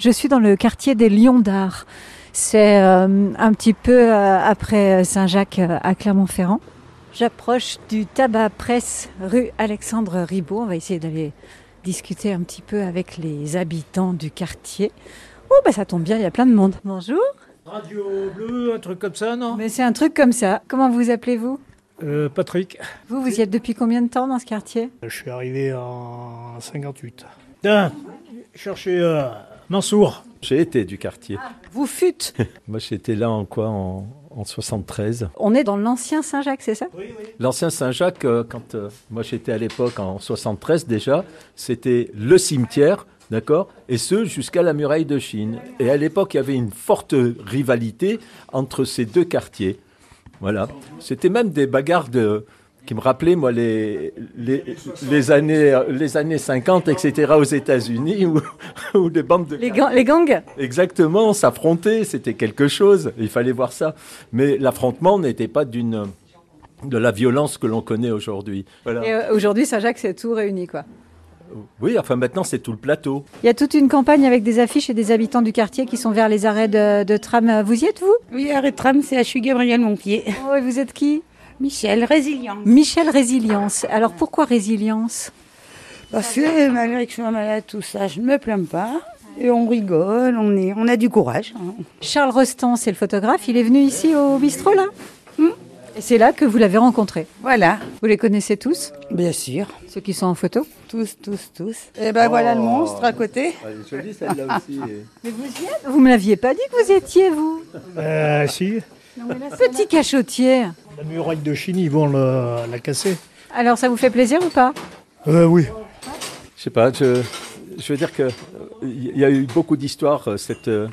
Je suis dans le quartier des Lions d'Art. C'est euh, un petit peu euh, après Saint-Jacques euh, à Clermont-Ferrand. J'approche du tabac presse rue Alexandre Ribaud. On va essayer d'aller discuter un petit peu avec les habitants du quartier. Oh, bah ça tombe bien, il y a plein de monde. Bonjour. Radio Bleu, un truc comme ça, non Mais c'est un truc comme ça. Comment vous appelez-vous Euh, Patrick. Vous, vous y êtes depuis combien de temps dans ce quartier Je suis arrivé en 58. Tiens, cherchez euh, Mansour. J'ai été du quartier. Vous fûtes. Moi, j'étais là en quoi En, en 73. On est dans l'ancien Saint-Jacques, c'est ça L'ancien Saint-Jacques, euh, quand euh, moi j'étais à l'époque en 73 déjà, c'était le cimetière, d'accord Et ce, jusqu'à la muraille de Chine. Et à l'époque, il y avait une forte rivalité entre ces deux quartiers. Voilà. C'était même des bagarres de qui me rappelaient, moi, les, les, les années, les années 50, etc., aux États-Unis, où, où les bandes de... Les, gan- les gangs Exactement, s'affronter, c'était quelque chose, il fallait voir ça. Mais l'affrontement n'était pas d'une de la violence que l'on connaît aujourd'hui. Voilà. Et euh, aujourd'hui, Saint-Jacques, c'est tout réuni, quoi. Oui, enfin maintenant c'est tout le plateau. Il y a toute une campagne avec des affiches et des habitants du quartier qui sont vers les arrêts de, de tram. Vous y êtes, vous Oui, arrêt de tram, c'est HU Gabriel Montpied. Oh, et vous êtes qui Michel, résilient. Michel Résilience. Alors, pourquoi Résilience Parce que euh, malgré que je sois malade, tout ça, je ne me plains pas. Et on rigole, on, est, on a du courage. hein. Charles Rostand, c'est le photographe. Il est venu ici au bistrot, là Hmm Et c'est là que vous l'avez rencontré. Voilà, Vous les connaissez tous, bien sûr. ceux qui sont en photo Tous, tous, tous. Et ben voilà le monstre à côté. jolie celle-là aussi. Vous me l'aviez pas dit que vous étiez, vous Euh, si, Petit cachotier. la muraille de Chine, ils vont le- la casser. Alors, ça vous fait plaisir ou pas Euh, oui. Je sais pas, je, je veux dire que euh, il y a eu beaucoup d'histoires. euh, Cette, euh,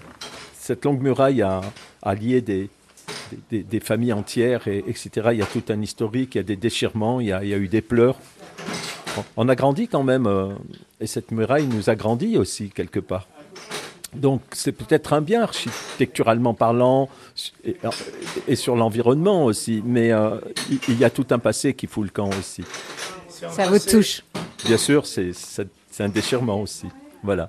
cette longue muraille a, a lié des, des, des- des familles entières, et, etc. Il y a tout un historique, il y a des déchirements, il y a, il y a eu des pleurs. On, on a grandi quand même, euh, et cette muraille nous a grandi aussi quelque part. Donc c'est peut-être un bien architecturalement parlant su- et, et sur l'environnement aussi, mais euh, il, il y a tout un passé qui fout le camp aussi. Ça vous touche. Bien sûr, c'est c'est- c'est un déchirement aussi. Voilà.